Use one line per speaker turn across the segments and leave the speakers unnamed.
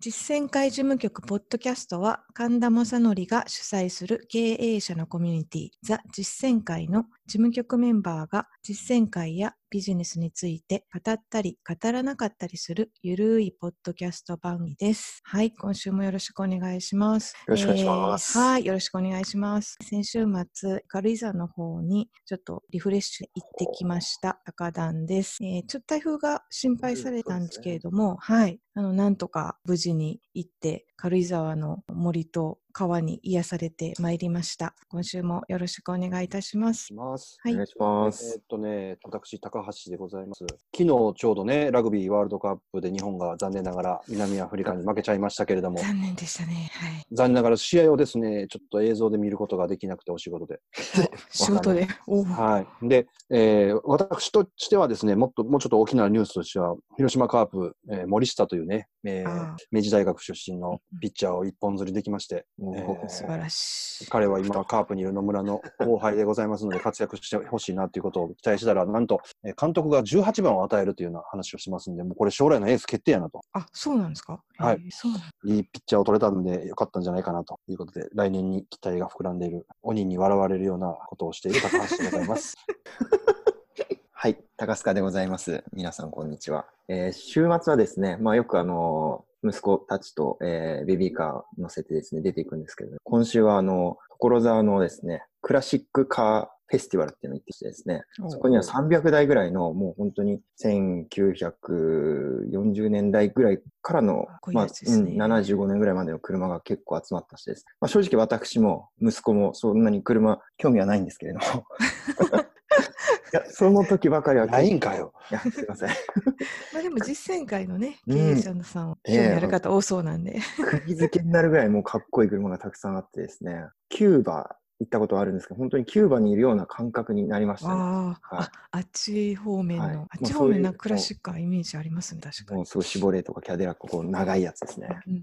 実践会事務局ポッドキャストは神田正則が主催する経営者のコミュニティザ実践会の事務局メンバーが実践会やビジネスについて語ったり語らなかったりするゆるいポッドキャスト番組です。はい、今週もよろしくお願いします。
よろしくお願いします
えーはい、よろしくお願いします。先週末、軽井沢の方にちょっとリフレッシュ行ってきました。高段です。えーちょっと台風が心配されたんですけれども、はい、あの、なんとか無事に行って、軽井沢の森と川に癒されてまいりました。今週もよろしくお願いいたします。
します。
はい
お願いしま
えー
す
っ。とね、私、高橋でございます。昨日ちょうどね、ラグビーワールドカップで日本が残念ながら南アフリカに負けちゃいましたけれども、
残念でしたね。はい。
残念ながら試合をですね、ちょっと映像で見ることができなくて、お仕事で。
仕事で。おー
はい。で、えー私としてはですね、もっと、もうちょっと大きなニュースとしては、広島カープ、えー森下というね、えー
ああ
明治大学出身のピッチャーを一本釣りできまして、えー
素晴らしい。
彼は今、カープにいる野村の後輩でございますので、活躍してほしいなということを期待したら、なんと、えー監督が18番を与えるというような話をしてますんで、もうこれ、将来のエース決定やなと、
あ、そうなんですか
はい
えーそうなん
いいピッチャーを取れたんで、よかったんじゃないかなということで、来年に期待が膨らんでいる、鬼に笑われるようなことをしている高橋でござ います。
はい、高須賀でございます。皆さん、こんにちは。えー週末はですね、まあ、よくあのー息子たちと、えーベビーカー乗せてですね、出ていくんですけど、今週はあの、所沢のですね、クラシックカーフェスティバルっていうのに行ってきてですね、
お
そこには300台ぐらいの、もう本当に1940年代ぐらいからの
あ、こういう
まあ
やつですね
うん75年ぐらいまでの車が結構集まったしです。まあ、正直私も息子もそんなに車興味はないんです けれども。いやその時ばかりは。
ないんかよ。
いや、すいません。
まあでも実践会のね、
う
経
ん
営者のさん、興味ある方多そうなんで。
釘付けになるぐらいもうかっこいい車がたくさんあってですね、キューバ行ったことはあるんですけど、本当にキューバにいるような感覚になりましたね。
あー
はい
あ、あっち方面の、
はい
あっ
もう
ち
そう
方面な
いう
クラシックはイメージありますね、確か
も
に
う。すごいシボレーとかキャデラック、こう長いやつですね。
うんうんう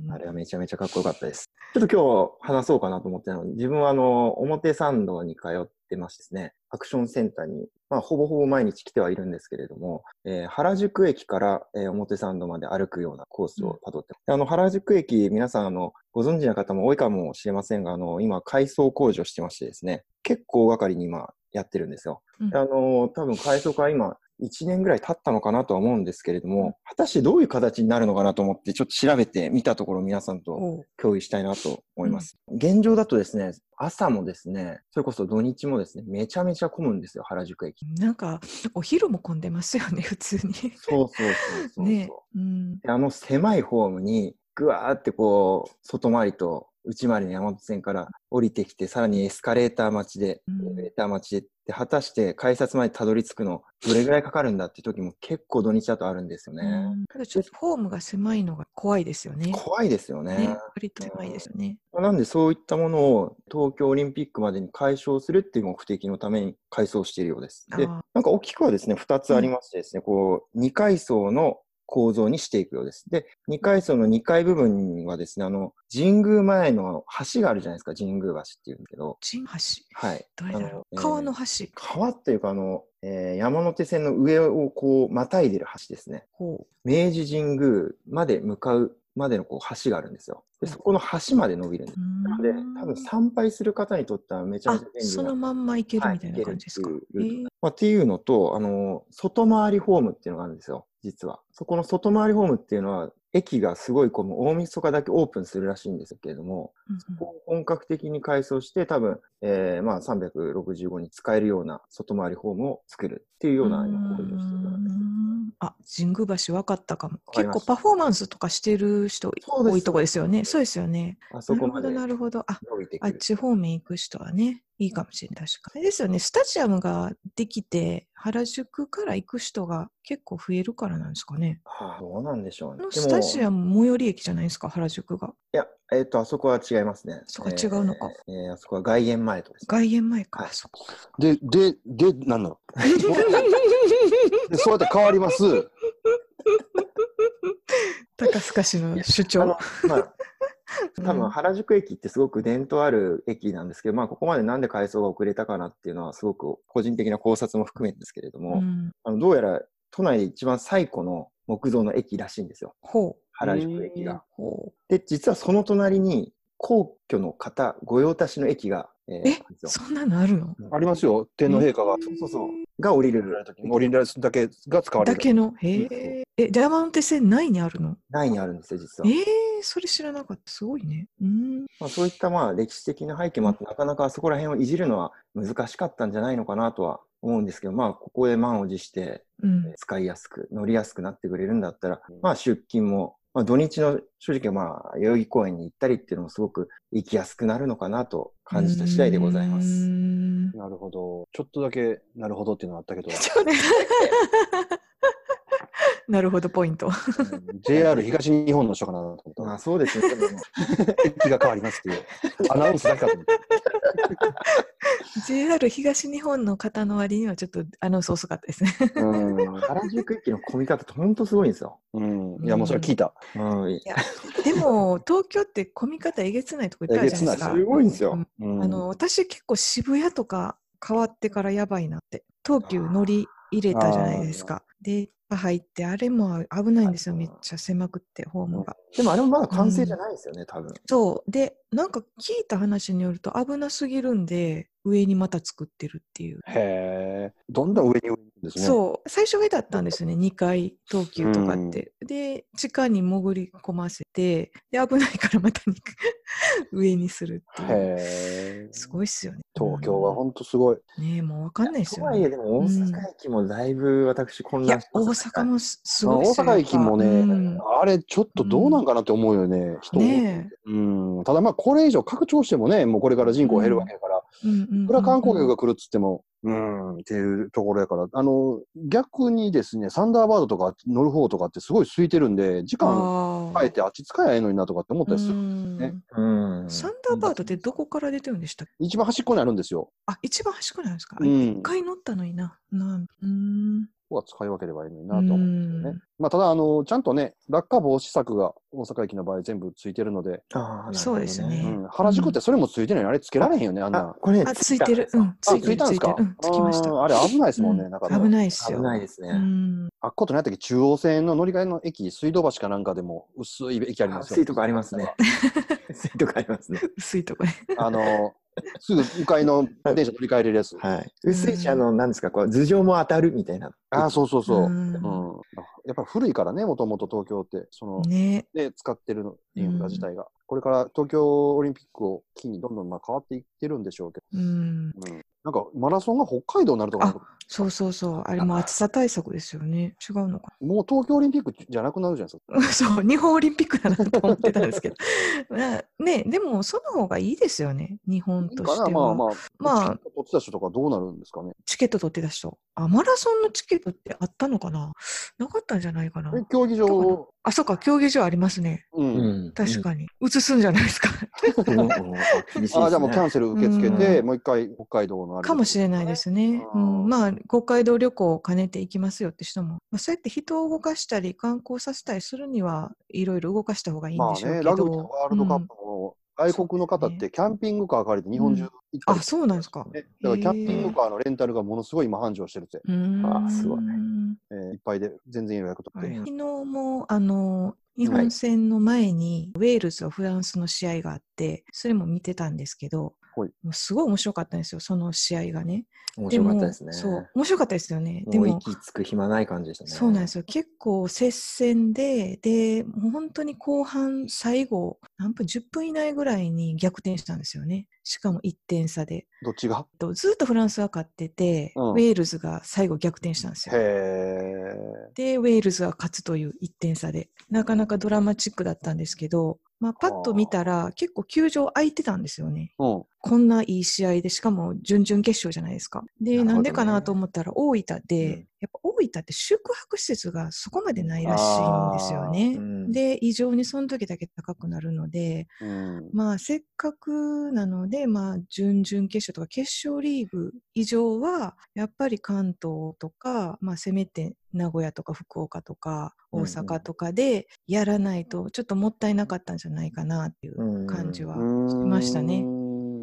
んうん
あれはめちゃめちゃかっこよかったです。ちょっと今日話そうかなと思ってたので、自分はあの、表参道に通ってましてですね、アクションセンターに、まあ、ほぼほぼ毎日来てはいるんですけれども、えー原宿駅から、えー表参道まで歩くようなコースを辿って、であの、原宿駅、皆さんあの、ご存知の方も多いかもしれませんが、あの、今、改装工事をしてましてですね、結構大掛かりに今、やってるんですよ。
うん
であの、多分改装から今、1年ぐらい経ったのかなとは思うんですけれども、果たしてどういう形になるのかなと思って、ちょっと調べてみたところ、皆さんと
おう
共有したいなと思います。現状だとですね、朝もですね、それこそ土日もですね、めちゃめちゃ混むんですよ、原宿駅。
なんか、お昼も混んでますよね、 普通に。
そうそうそうそう
ねえ。うん。
であの狭いホームに、ぐわーってこう、外回りと内回りの山手線から降りてきて、さらにエスカレーター待ちで、
うん
エレベーター待ちで、で果たして改札までたどり着くの、どれぐらいかかるんだって時も結構土日だとあるんですよ
う
ね。
んただちょっとホームが狭いのが怖いですよね。
怖いですよね。
ね、割と狭いですよね。
なんでそういったものを東京オリンピックまでに解消するっていう目的のために改装しているようです。で、
あ
なんか大きくはですね、2つありましてですね、こう、2階層の構造にしていくようです。で、2階層の2階部分はですね、あの、神宮前の橋があるじゃないですか、神宮橋っていうんだけど、
チン橋。
はい。
どれだろう。
あの
川の
えー
橋。
川っていうか、あの、えー山手線の上をこう、またいでる橋ですね。
ほ
明治神宮まで向かうまでのこう橋があるんですよ。で、そこの橋まで伸びるんです
う。うん
なので、多分参拝する方にとってはめちゃめ
あ
ちゃ、便利
そ
な。
のまんま行けるみたい
は
ない感じですか。
行け
え
るっていうルートまあ、っていうのと、あの、外回りホームっていうのがあるんですよ、実は。そこの外回りホームっていうのは、駅がすごいこう、大晦日だけオープンするらしいんですけれども、
ー
こう本格的に改装して、多分、えー、まあ、365に使えるような外回りホームを作るっていうような、今、考慮をしているような
うんんあ、神宮橋分かったかも。
か
結
りました
構パフォーマンスとかしてる人
そうです
多いとこですよね。そうですよね。
あそ
なる
こ
ほ
ま
ど、
で
なるほど。あ、
伸びて
あ
く
っ
る。
ち方面行く人はね、いいかもしれない。確か。あれですよね、スタジアムができて、原宿から行く人が結構増えるからなんですかね。
ああ、どうなんでしょう
あ
ね。
の
で
ス
も
タジアム最寄り駅じゃないですか、原宿が。
いや、えっ、と、あそこは違いますね。
そこは違うのか
えー。えーあそこは外苑前とかですね
外苑前か、
はい
あそこ。
で、で、で、なんなの でそうやって変わります。
高須賀市の主
あ
張
の。まあ
うん
多分原宿駅ってすごく伝統ある駅なんですけど、まあ、ここまでなんで改装が遅れたかなっていうのはすごく個人的な考察も含めてですけれども、
うん
あのどうやら都内で一番最古の木造の駅らしいんですよ。
ほ
原宿駅が。
ほ
で、実はその隣に、皇居の方御用達の駅が、えー
え
あるんですよ
そんなのあるの
ありますよ。天皇陛下が、
そうそうそう。が降りれる時
オリンダスだけが使われ
だ
る。
けの。へえ。え、山手線内にあるの
ないにあるんですよ、実は。
ええそれ知らなかった。すごいね。うーん。
まあ、そういったまあ歴史的な背景もあって、なかなかあそこら辺をいじるのは難しかったんじゃないのかなとは思うんですけど、まあ、ここで満を持して、
うん。
使いやすく、乗りやすくなってくれるんだったら、まあ、出勤も、まあ、土日の正直、まあ、代々木公園に行ったりっていうのもすごく行きやすくなるのかなと感じた次第でございま
うー
す。
ん
なるほど。ちょっとだけ、なるほどっていうのはあった け ど、
ちょっと待って なるほど、ポイント。
うん JR 東日本の人かなと思
まあ、
っ
そうですね。でも
た。駅が変わりますっていう。アナウンスだけかと思った。
JR 東日本の方の割にはちょっとアナウンス遅かったですね。
うん
原宿駅の混み方って本当すごいんですよ。
うん。いや、もうそれ聞いた。
うん、
でも、東京って混み方えげつないとこいっぱいあるじゃないですか。
えげつないす
ごいんですよ
う
うん
あの私結構渋谷とか変わってからやばいなって東急乗り入れたじゃないですかで入ってあれも危ないんですよめっちゃ狭くってホームが、
でもあれもまだ完成じゃないですよね、多分。
そうでなんか聞いた話によると危なすぎるんで上にまた作ってるっていう、
へえ。どんどん上に上にですね。
そう最初上だったんですよね2階東急とかって、で地下に潜り込ませてで危ないからまたに 上にするっていう
へえ。
すごいっすよね
東京は本当すごい。
ねえもうわかんないです
と
よ
は
ね
いえ、でも大阪駅もだいぶ私混
い
乱
や
して、
大
ますね
阪もすす
まあ
ごい
大
ですよ
阪駅もね、
やっぱうん
あれちょっとどうなんかなって思うよね、人多い
ね
うん、ただまあこれ以上拡張してもね、もうこれから人口減るわけだか
え。
ら、
うんうんうんうん
いくら観光客が来るっつっても、うん、っていうところやから、あの、逆にですね、サンダーバードとか乗る方とかってすごい空いてるんで、時間
あ
変えてあっち使えばええのになとかって思ったりす
ーう
る。
ん
ね
うん。
サンダーバードってどこから出てるんでしたっけ
一番端っこにあるんですよ。
あ、一番端っこなんですかあ
う
一
ん。こ
回乗ったのにな。なんうーん。
こは使い分ければいいのになと思うんですよ
うん
ね。まあただ、あの、ちゃんとね、落下防止策が大阪駅の場合全部ついてるので、
あー
そうですね
うん原宿ってそれもついてるのにあれつけられへんよね、あん
あ
な。、
これ、
あ、ついてる。うん、つ
あ
いてる。
ん
つ
で
い
す
てる
か。
うん、つきました。
あーあれ危ないですもんね、
うん
なんかね
危ないです
危
よ。
ないですね。
うん。
あっことないとき、中央線の乗り換えの駅、水道橋かなんかでも薄い駅ありますよ。
薄いとこありますね。。薄いとこありますね。
薄いとこね。
あの、すぐ向かいの電車乗り換えれるやつ。
はい。薄いし、あの、なんですか、こう、頭上も当たるみたいな。
ああ、そうそうそう。
う
うんん。やっぱり古いからね、もともと東京って、その、
ね
ね、使ってるのインフラ自体が。これから東京オリンピックを機にどんどんまあ変わっていってるんでしょうけ
うん。
ど、うん、なんかマラソンが北海道になるとか、
そうそうそう。あれも暑さ対策ですよね。違うのか
もう東京オリンピックじゃなくなるじゃないですか。
な。 そう、日本オリンピックだなと思ってたんですけど。 なねでもその方がいいですよね。日本
いい
と
か
し
な
て
まあ
は。
まあ、
まあ
チケット取ってた人とかどうなるんですかね。
チケット取ってた人。あ、マラソンのチケットってあったのかななかったんじゃないかな
え。競技
どう
場、
あ、そうか、競技場ありますね。
うん
うん。
確かに。移すんじゃないですか。
に。うんうんあ厳しいですね
あじゃあもうキャンセル受け付けて、
う
もう一回北海道のあれ
かもしれないですね。う、
うんん
まあ、北海道旅行を兼ねて行きますよって人も。まあ、そうやって人を動かしたり、観光させたりするには、いろいろ動かした方がいいん
ま
で
あ
しょうけ
ね、
ど。
ラグビーのワールドカップも、外国の方ってキャンピングカー借りて日本中行った
うん
り
あ、そうなんですか。
ねだからキャンピングカーのレンタルがものすごい今繁盛してるって、
うーん。
あすごい
えーいっぱいで全然予約取
昨
って。
日もあの日本戦の前に、ウェールズとフランスの試合があってそれも見てたんですけど、
はい
もうすごい面白かったんですよその試合がね。
面
で
白
も
かったですね。
そう面白かったですよね。で
もう
も
息つく暇ない感じでしたね。
そうなんですよ結構接戦ででもう本当に後半最後何分10分以内ぐらいに逆転したんですよねしかも1点差で
どっちが
とずっとフランスが勝ってて、
うん
ウェールズが最後逆転したんですよ
へ。え。
で、ウェールズが勝つという1点差で、なかなかドラマチックだったんですけど、まあ、パッと見たら、結構球場空いてたんですよね。
うん。
こんないい試合で、しかも準々決勝じゃないですか。で、
なるほど
な
ね
んでかなと思ったら、大分で、
うん
やっぱ大分って宿泊施設がそこまでないらしいんですよね
う。ん。
で、異常にその時だけ高くなるので、
うん
まあ、せっかくなので、まあ、準々決勝とか決勝リーグ以上は、やっぱり関東とか、まあ、せめて名古屋とか福岡とか
う
大
んうん
阪とかでやらないと、ちょっともったいなかったんじゃないかなっていう感じはしましたね。
うーん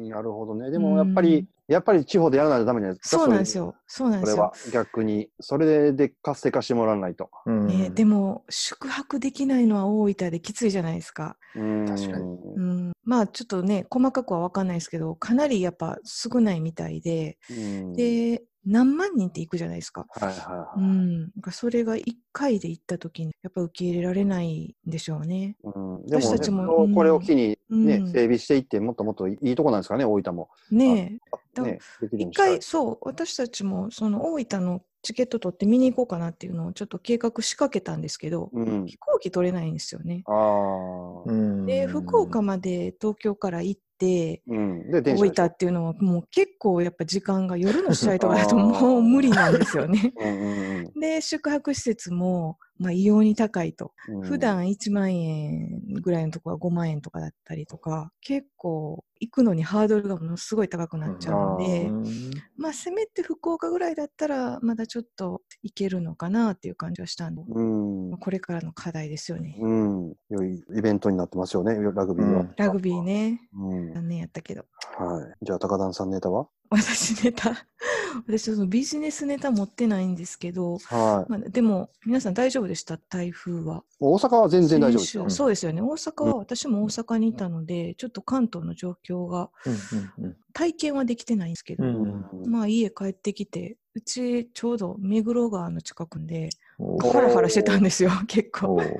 なるほどね。でもやっぱ
うん
りやっぱり地方でやらないとダメじゃないですか。
そうなんですよ。そうなん
そ
で
れ。
す
これは
よ。
逆に、それで活性化してもらわないと。
うん
ね、でも宿泊できないのは大分できついじゃないですか。
うん
確かに
うん、まあちょっとね細かくは分かんないですけどかなりやっぱ少ないみたいで、
うん
で何万人って行くじゃないですか。
はいはいは
う
い。
ん、なんかそれが1回で行った時にやっぱ受け入れられないんでしょうね。
うんでも
私たちも
ねこ
うん
これを機に、ね
うん
整備していって、もっともっといいとこなんですかね、大分も。
ね
あ
だ
ね、でき
え
るように
一
したい
回そう私たちもその大分のチケット取って見に行こうかなっていうのをちょっと計画仕掛けたんですけど、
うん。
飛行機取れないんですよね。
ああ。
うん
で福岡まで東京から行って
うん。で、
大
電車でし
分
ょ。
っていうのはもう結構やっぱ時間が夜の試合とかだと
あー
もう無理なんですよ ね。
うんうん
で宿泊施設も、まあ、異様に高いと、
うんうん
普段1万円ぐらいのとこは5万円とかだったりとか結構行くのにハードルがものすごい高くなっちゃうので、まあせめて福岡ぐらいだったらまだちょっと行けるのかなっていう感じはしたんで、
うん
まあこれからの課題ですよね。
うん、良いイベントになってますよね、ラグビーは。
うん
ラグビーね
うん
残念やったけど
はい、じゃあ、高田さんネタは
私ネタ 私そのビジネスネタ持ってないんですけど、
はい。
まあ、でも皆さん大丈夫でした台風は
大阪は全然大丈夫ですよ
先週。そうですよね大阪は私も大阪にいたので、ちょっと関東の状況が
うん
体験はできてないんですけど、
う
うんん
まあ家帰ってきてうちちょうど目黒川の近くんで
うん
お
ハラハラしてたんですよ結構
おー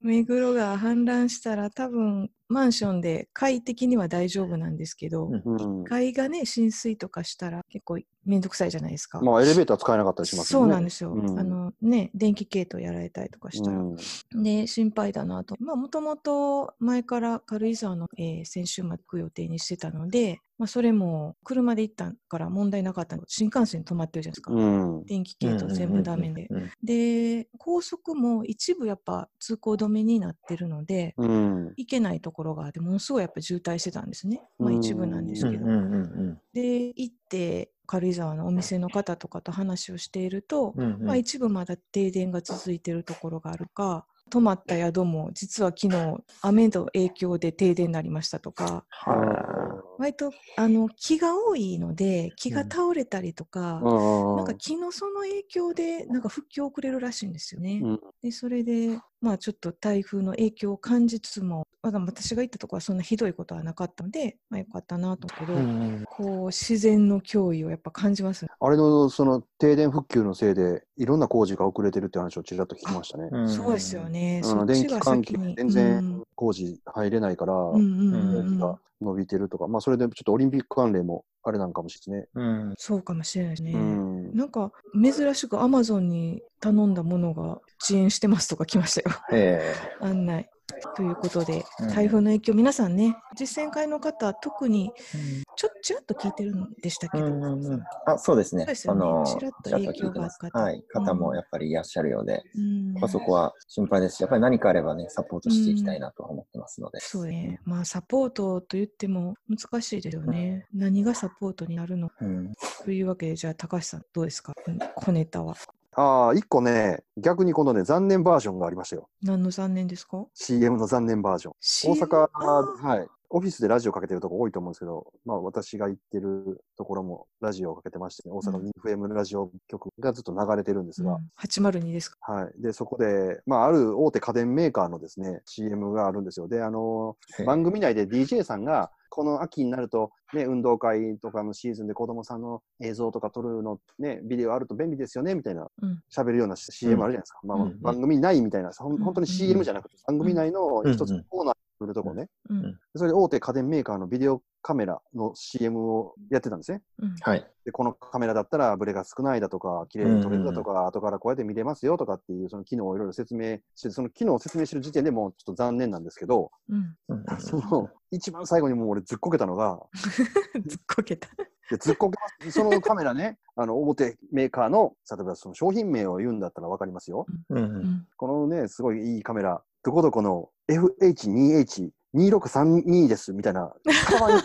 目黒川氾濫したら多分マンションで階的には大丈夫なんですけど、
うん
うん
階がね浸水とかしたら結構めんどくさいじゃないですか、
まあ、エレベーター使えなかったりしますよ
そう
ね。
なんですよ、
うん
あのね電気系統やられたりとかしたら、
うん
で心配だなとまあもともと前から軽井沢の、えー先週末行く予定にしてたので、まあ、それも車で行ったから問題なかったの新幹線止まってるじゃないですか、
うん
電気系統全部ダメで、
うん
で高速も一部やっぱ通行止めになってるので
うん
行けないところがあってものすごいやっぱ渋滞してたんですね、まあ、
うん
一部なんです
う
け
ん
ど、
うんうん
で行って軽井沢のお店の方とかと話をしていると、
うんうん
まあ、一部まだ停電が続いているところがあるか泊まった宿も実は昨日雨の影響で停電になりましたとか
は
割とあの木が多いので木が倒れたりとか、なんか木のその影響でなんか復旧遅れるらしいんですよね。
うん
でそれでまあちょっと台風の影響を感じつつもまだ私が行ったところはそんなひどいことはなかったので、まあ、よかったなと思うけ
あ
ど、こう自然の脅威をやっぱ感じますね。
あれのその停電復旧のせいで、いろんな工事が遅れてるって話をちらっと聞きましたね。
うん
そうですよね。
う
そ
ん、
っ
電
ち
気
が
関係
先に
全然工事入れないから、
うんうんうん
電
うんうん
が伸びてるとか、まあ、それでちょっとオリンピック関連もあれなんかもしれないで
うん
そうかもしれないですね。
すね。うん
なんか珍しくアマゾンに頼んだものが遅延してますとか来ましたよ。
え
案内。ということで
うん、
台風の影響、皆さんね、実践会の方、特に
え
ちょちらっと聞いてるんでしたけ
う
ど、
んうんうんあそうですね
そうです
あ
よね
の
ちらっと
ちらっと
影響
聞いてます
があった方
はい方もやっぱりいらっしゃるようで、
うん
まあ、そこは心配ですしやっぱり何かあればねサポートしていきたいなとは思ってますので、
そうね、まあ、サポートと言っても難しいですよね。何がサポートになるのか
うん
というわけで、じゃあ、高橋さん、どうですか、うん小ネタは。
ああ、一個ね、逆にこのね、残念バージョンがありましたよ。
何の残念ですか
CM の残念バージョン。大
CM
阪、
あー
はい。オフィスでラジオかけてるとこ多いと思うんですけど、まあ私が行ってるところもラジオをかけてまして、ね、大阪
う
の FM ラジオ局がずっと流れてるんですが、
うん802ですか。
はい。で、そこで、まあある大手家電メーカーのですね、CM があるんですよ。で、あの
ええ
番組内で DJ さんが、この秋になると、ね、運動会とかのシーズンで子供さんの映像とか撮るの、ね、ビデオあると便利ですよね、みたいな
うん
喋るような CM あるじゃないですか。まあまあ、
うん
番組内みたいな、ほん
うん
本当に CM じゃなくて、番組内の一つのコーナーに来るとこね、
うん
それで大手家電メーカーのビデオカメラの CM をやってたんですね。
うん
はい
で、このカメラだったらブレが少ないだとか、綺麗に撮れるだとか、後からこうやって見れますよとかっていう、その機能をいろいろ説明して、その機能を説明してる時点でもうちょっと残念なんですけど、
うん、
うん
その、一番最後にもう俺ずっこけたのが、
ずっこけた。
でずっこけます。そのカメラね、 あの、大手メーカーの、例えばその商品名を言うんだったらわかりますよ。
うん
う
うん
ん
このね、すごいいいカメラ、どこどこの FH2H2632 です、みたいな。可愛い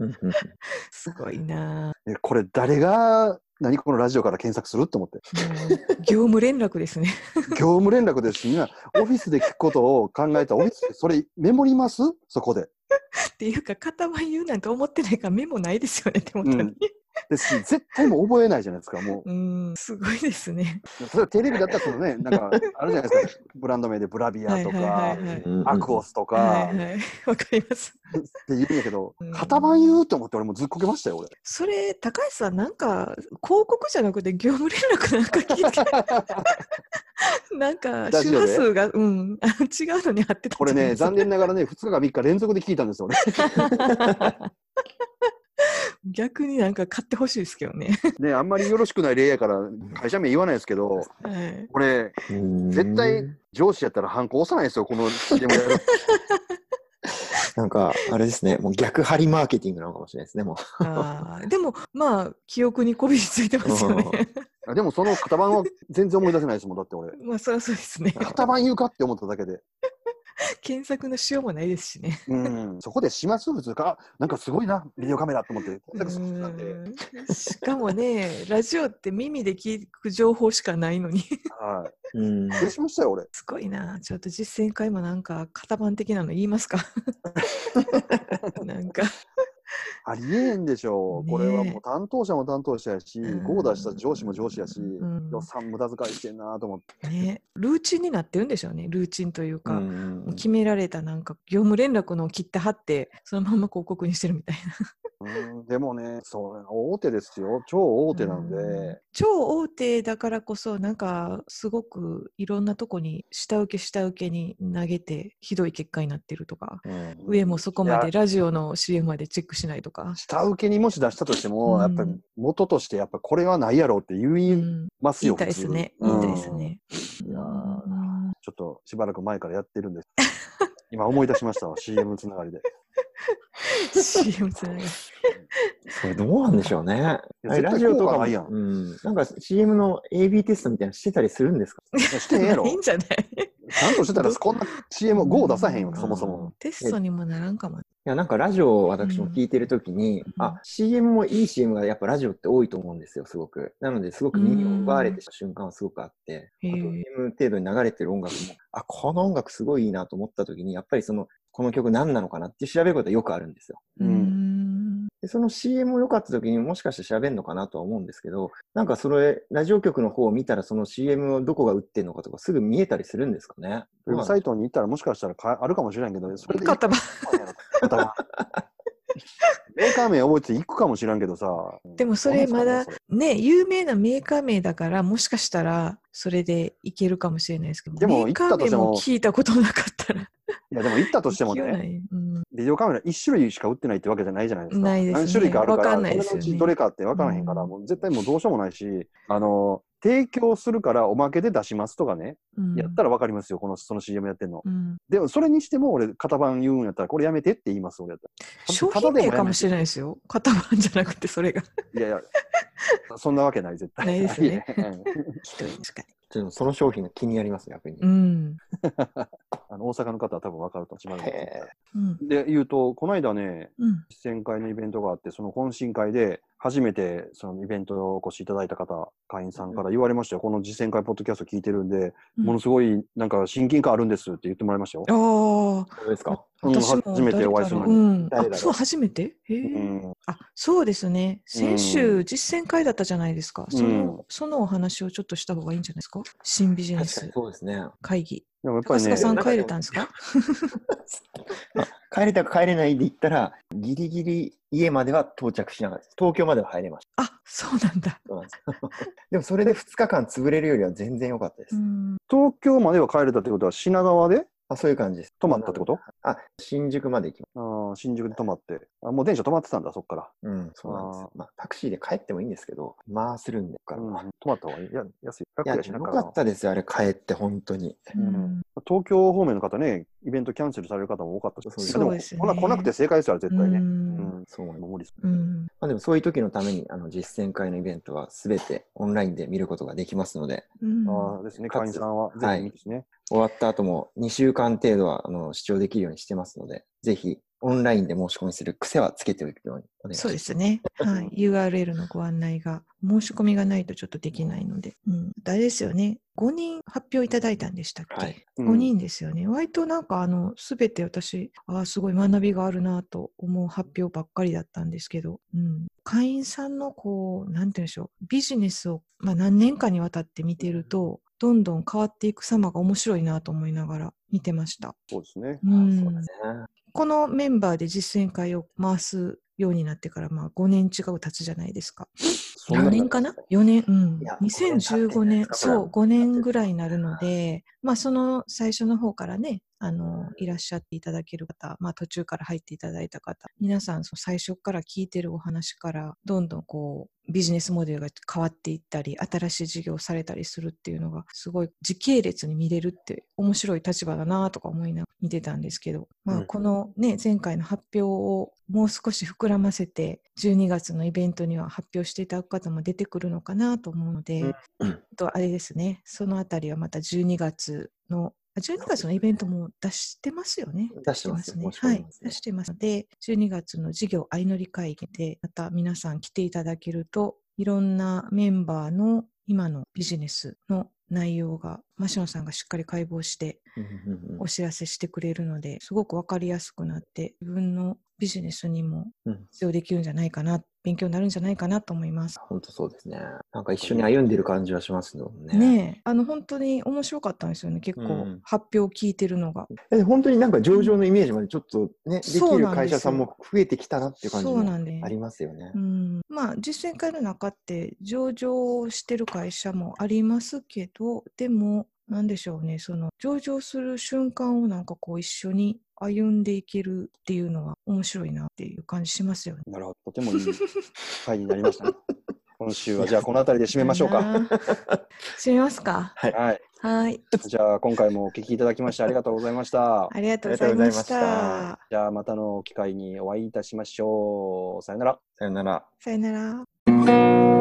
うんうん
すごいな
えこれ誰が、何このラジオから検索すると思って。
ぁ。もう業務連絡ですね。
業務連絡ですみんな、オフィスで聞くことを考えたオフィス、それメモりますそこで。
っていうか、片番言うなんて思ってないからメモないですよね、手元に。
ですし絶対もう覚えないじゃないですか、もう。
うん、すごいですね。
それテレビだったらそ のね、なんか、あるじゃないですか、ブランド名でブラビア
はい
と
はいは
か
い、はい
うん
アクオスとか
は
っ
いはい。 わかります。
て言うんだけど
うん、
型番言うと思って俺もうずっこけましたよ、俺。
それ、高橋さん、なんか、広告じゃなくて業務連絡なんか聞いて、 なんか、
ラジ
周
オ
波
で
数が、うん、あ の違うのに合ってたん
これ
じゃない
ね、
ですか
残念ながらね、2日か3日連続で聞いた んですよ、俺。
逆になんか買ってほしいですけど ね。
ね、あんまりよろしくない例やから、会社名言わないですけど、
はい。
これ、絶
絶
対上司やったらハンコ押さないですよ、この CM やる。
なんか、あれですね、もう逆張りマーケティングなのかもしれないですね、も
あーでも、まあ、記憶にこびりついてますよね。
でもその型番は全然思い出せないですもん、だって俺。
まあ、そりゃそうですね。
型番言うかって思っただけで。
検索のしようもないですしね。
うん、そこで島数物か、あなんかすごいな、ビデオカメラと思って。なんかそうなんで
うんしかもね、ラジオって耳で聞く情報しかないのに。
は
う。うん
い。。苦しましたよ、俺。
すごいな。ちょっと実践会もなんか、型番的なの言いますかなんか、
ありえんでしょう。これは
ね
もう担当者も担当者やし、
うん
ゴー出した上司も上司やし、
ん
予算無駄遣いしてんなと思って。
ね、ルーチンになってるんでしょうね。ルーチンという
う
か。
ん
もう決められたなんか業務連絡のを切って貼ってそのまま広告にしてるみたいな
うん、でもね、そう、大手ですよ。超大手なんで。
うん超大手だからこそなんかすごくいろんなとこに下請け下請けに投げてひどい結果になってるとか
うん
上もそこま
い
で
や
ラジオの CM までチェックしないとか、
下請けにもし出したとしても、
うん
やっぱり元としてやっぱこれはないやろうって言
う
い
ん、
ます
言
よ、
いたいで
普
す
通
ね
う
言
ん
いたいですね、
いやー
うん
ちょっとしばらく前からやってるんです。今思い出しまし たわ、CM つながりで。
CM つながり
それどうなんでしょうね。
いや絶対効果ないやん
うん。なんか CM の AB テストみたいなのしてたりするんですか
してへんやろ
いい。んじゃない
ちゃんとしてたら、こんな CM を GO 出さへんよ、そもそも。
テストにもならんかも
いや、なんかラジオを私も聞いてるときに、
うん
あ、CM もいい CM がやっぱラジオって多いと思うんですよ、すごく。なので、すごく耳を奪われてした瞬間はすごくあって、
へ
あと
ー
CM 程度に流れてる音楽も、あ、この音楽すごいいいなと思ったときに、やっぱりその、この曲何なのかなって調べることはよくあるんですよ。
う
うん
でその CM も良かった時にもしかして喋るのかなとは思うんですけど、なんかそれ、ラジオ局の方を見たらその CM をどこが売ってんのかとかすぐ見えたりするんですかね。
ウェブサイトに行ったら、もしかしたらかあるかもしれないけど、それで
かったば
またメーカー名覚えてて行くかもしれんけどさ。
でもそれまだ
どうなんですか
ね、
ね
有名なメーカー名だから、もしかしたらそれでいけるかもしれないですけど、
でも
メーカー名
行
も
ったとして
聞いたことなかったら、
それいや、でも行ったとしても
行きような
ね、
いうん
ビデオカメラ1種類しか売ってないってわけじゃないじゃないですか。
ないですね
何種類かある
わ
か、
からんないですよ
そ
ね
のうちどれかって分からへんから、
うん
もう絶対もうどうしようもないし、あの、提供するからおまけで出しますとかね、
うん
やったら分かりますよ、この、その CM やってんの。
うん
でも、それにしても俺、型番言うんやったら、これやめてって言います、俺やったら。
商品名かもしれないですよ。型番じゃなくて、それが。
れない。いやいや、そんなわ けない、絶対。
ないですね
ありえん。
ひどい確かに。
ちょっとその商品が気になります、逆に。
うん。
あの大阪の方は多分分かると思います。
へ
うん。
で、言うと、この間ね、
うん。
実践会のイベントがあって、その懇親会で、初めてそのイベントにお越しいただいた方、会員さんから言われましたよ。この実践会ポッドキャスト聞いてるんで、ものすごいなんか親近感あるんですって言ってもらいましたよ。
ああ、
ーそうですか。
うん
私も
初めてお会いする
誰かの
のに。
うん。
誰だろ
あ、
う
そう、初めてへえ
うん
あ、そうですね。先
う
週、実践会だったじゃないですか。そうの、そのお話をちょっとした方がいいんじゃないですか新ビジネ
確かに
ス
そうですね。
会議。
でもやっぱ
高
り
塚
ね、
さん
なんか
帰れたんですか
帰れたか帰れないで言ったら、ギリギリ家までは到着しなかったです。東京までは入れまし
あ、そうなんだ。
た。そうなんですでもそれで2日間潰れるよりは全然良かったです。
うん。
東京までは帰れたってことは品川で
あそういう感じです。
泊まったってこと
あ、新宿まで行きま
あー新宿で泊まって。あもう電車止まってたんだ、そっから。
す。うん、そうなんです
あー。
まあ、タクシーで帰ってもいいんですけど、回するんでから。
うん泊まった方がいい。いや、安い。
い
楽
や、
や
よ
しな
かったですよ、あれ、帰って、本当に。
うん
東京方面の方ね、イベントキャンセルされる方も多かったし
そうです
でも
そうですね
こんな来なくて正解ですよ、あれ絶対ね。うん、
そう思います。
もう無理です。
うん。
まあ、でも、そういう時のために、あの、実践会のイベントは、すべてオンラインで見ることができますので、
うん。
ああですね、
かつ
会員さんは
は
ぜ
い
ひ見てね。
終わった後も2週間程度は、あの、視聴できるようにしてますので、ぜひ、オンラインで申し込みする癖はつけておくようにお願いし
そ
ま。
うですすね。はい。URL のご案内が、申し込みがないとちょっとできないので。うん。あれですよね。5人発表いただいたんでしたっけ、
はい
うん
5人ですよね。割となんかあの、すべて私、ああ、すごい学びがあるなと思う発表ばっかりだったんですけど、うん。会員さんのこう、なんて言うんでしょう、ビジネスを、まあ、何年かにわたって見てると、どんどん変わっていく様が面白いなと思いながら見てました。
そうですね。
う
あそうんだ。ね。
このメンバーで実践会を回すようになってから、まあ、5年近く経つじゃないですか。
そん
4
な
年かな ?4 年、うん
いや。
2015年、そ、
そうう
5年ぐらいになるので、まあ、その最初の方からね、あの、いらっしゃっていただける方、まあ、途中から入っていただいた方、皆さん、その最初から聞いてるお話から、どんどんこう、ビジネスモデルが変わっていったり、新しい事業をされたりするっていうのが、すごい時系列に見れるって、面白い立場だなとか思いながら見てたんですけど、まあ、
うん
このね、前回の発表をもう少し膨らませて、12月のイベントには発表していただく方も出てくるのかなと思うので、
うんうん
あとあれですね、そのあたりはまた12月の、あ12月のイベントも出してますよね。
出してますよ
ね
申し。込
は
み
い
ます、ね
出してますので、12月の事業相乗り会議で、また皆さん来ていただけると、いろんなメンバーの今のビジネスの内容が、マシノさんがしっかり解剖して
うんうんうん
お知らせしてくれるので、すごくわかりやすくなって、自分のビジネスにも
うん
活用できるんじゃないかな、勉強になるんじゃないかなと思います。
本当そうですね。なんか一緒に歩んでる感じはしますよね。
ねえ、あの本当に面白かったんですよね、結
う
構
ん
発表を聞いてるのが。
え本当になんか上場のイメージまでちょっとね、で
そうなんで
きる
すよ
会社さんも増えてきたなっていう感じ
そうな
も
んで
ありますよね
う。ん、まあ実践会の中って上場してる会社もありますけどでも何でしょうねその上場する瞬間をなんかこう一緒に歩んでいけるっていうのは面白いなっていう感じしますよね。
なるほど。とてもいい会になりましたね。今週は、じゃあこの辺りで締めましょうか。
だな。 締めますか。
はい。
はい。
じゃあ今回もお聞きいただきましてありがとうございました。
ありがとうございまし。
ありがとうございました
じゃあまたの機会にお会いいたしましょう。さよなら。
さよなら。
さよなら。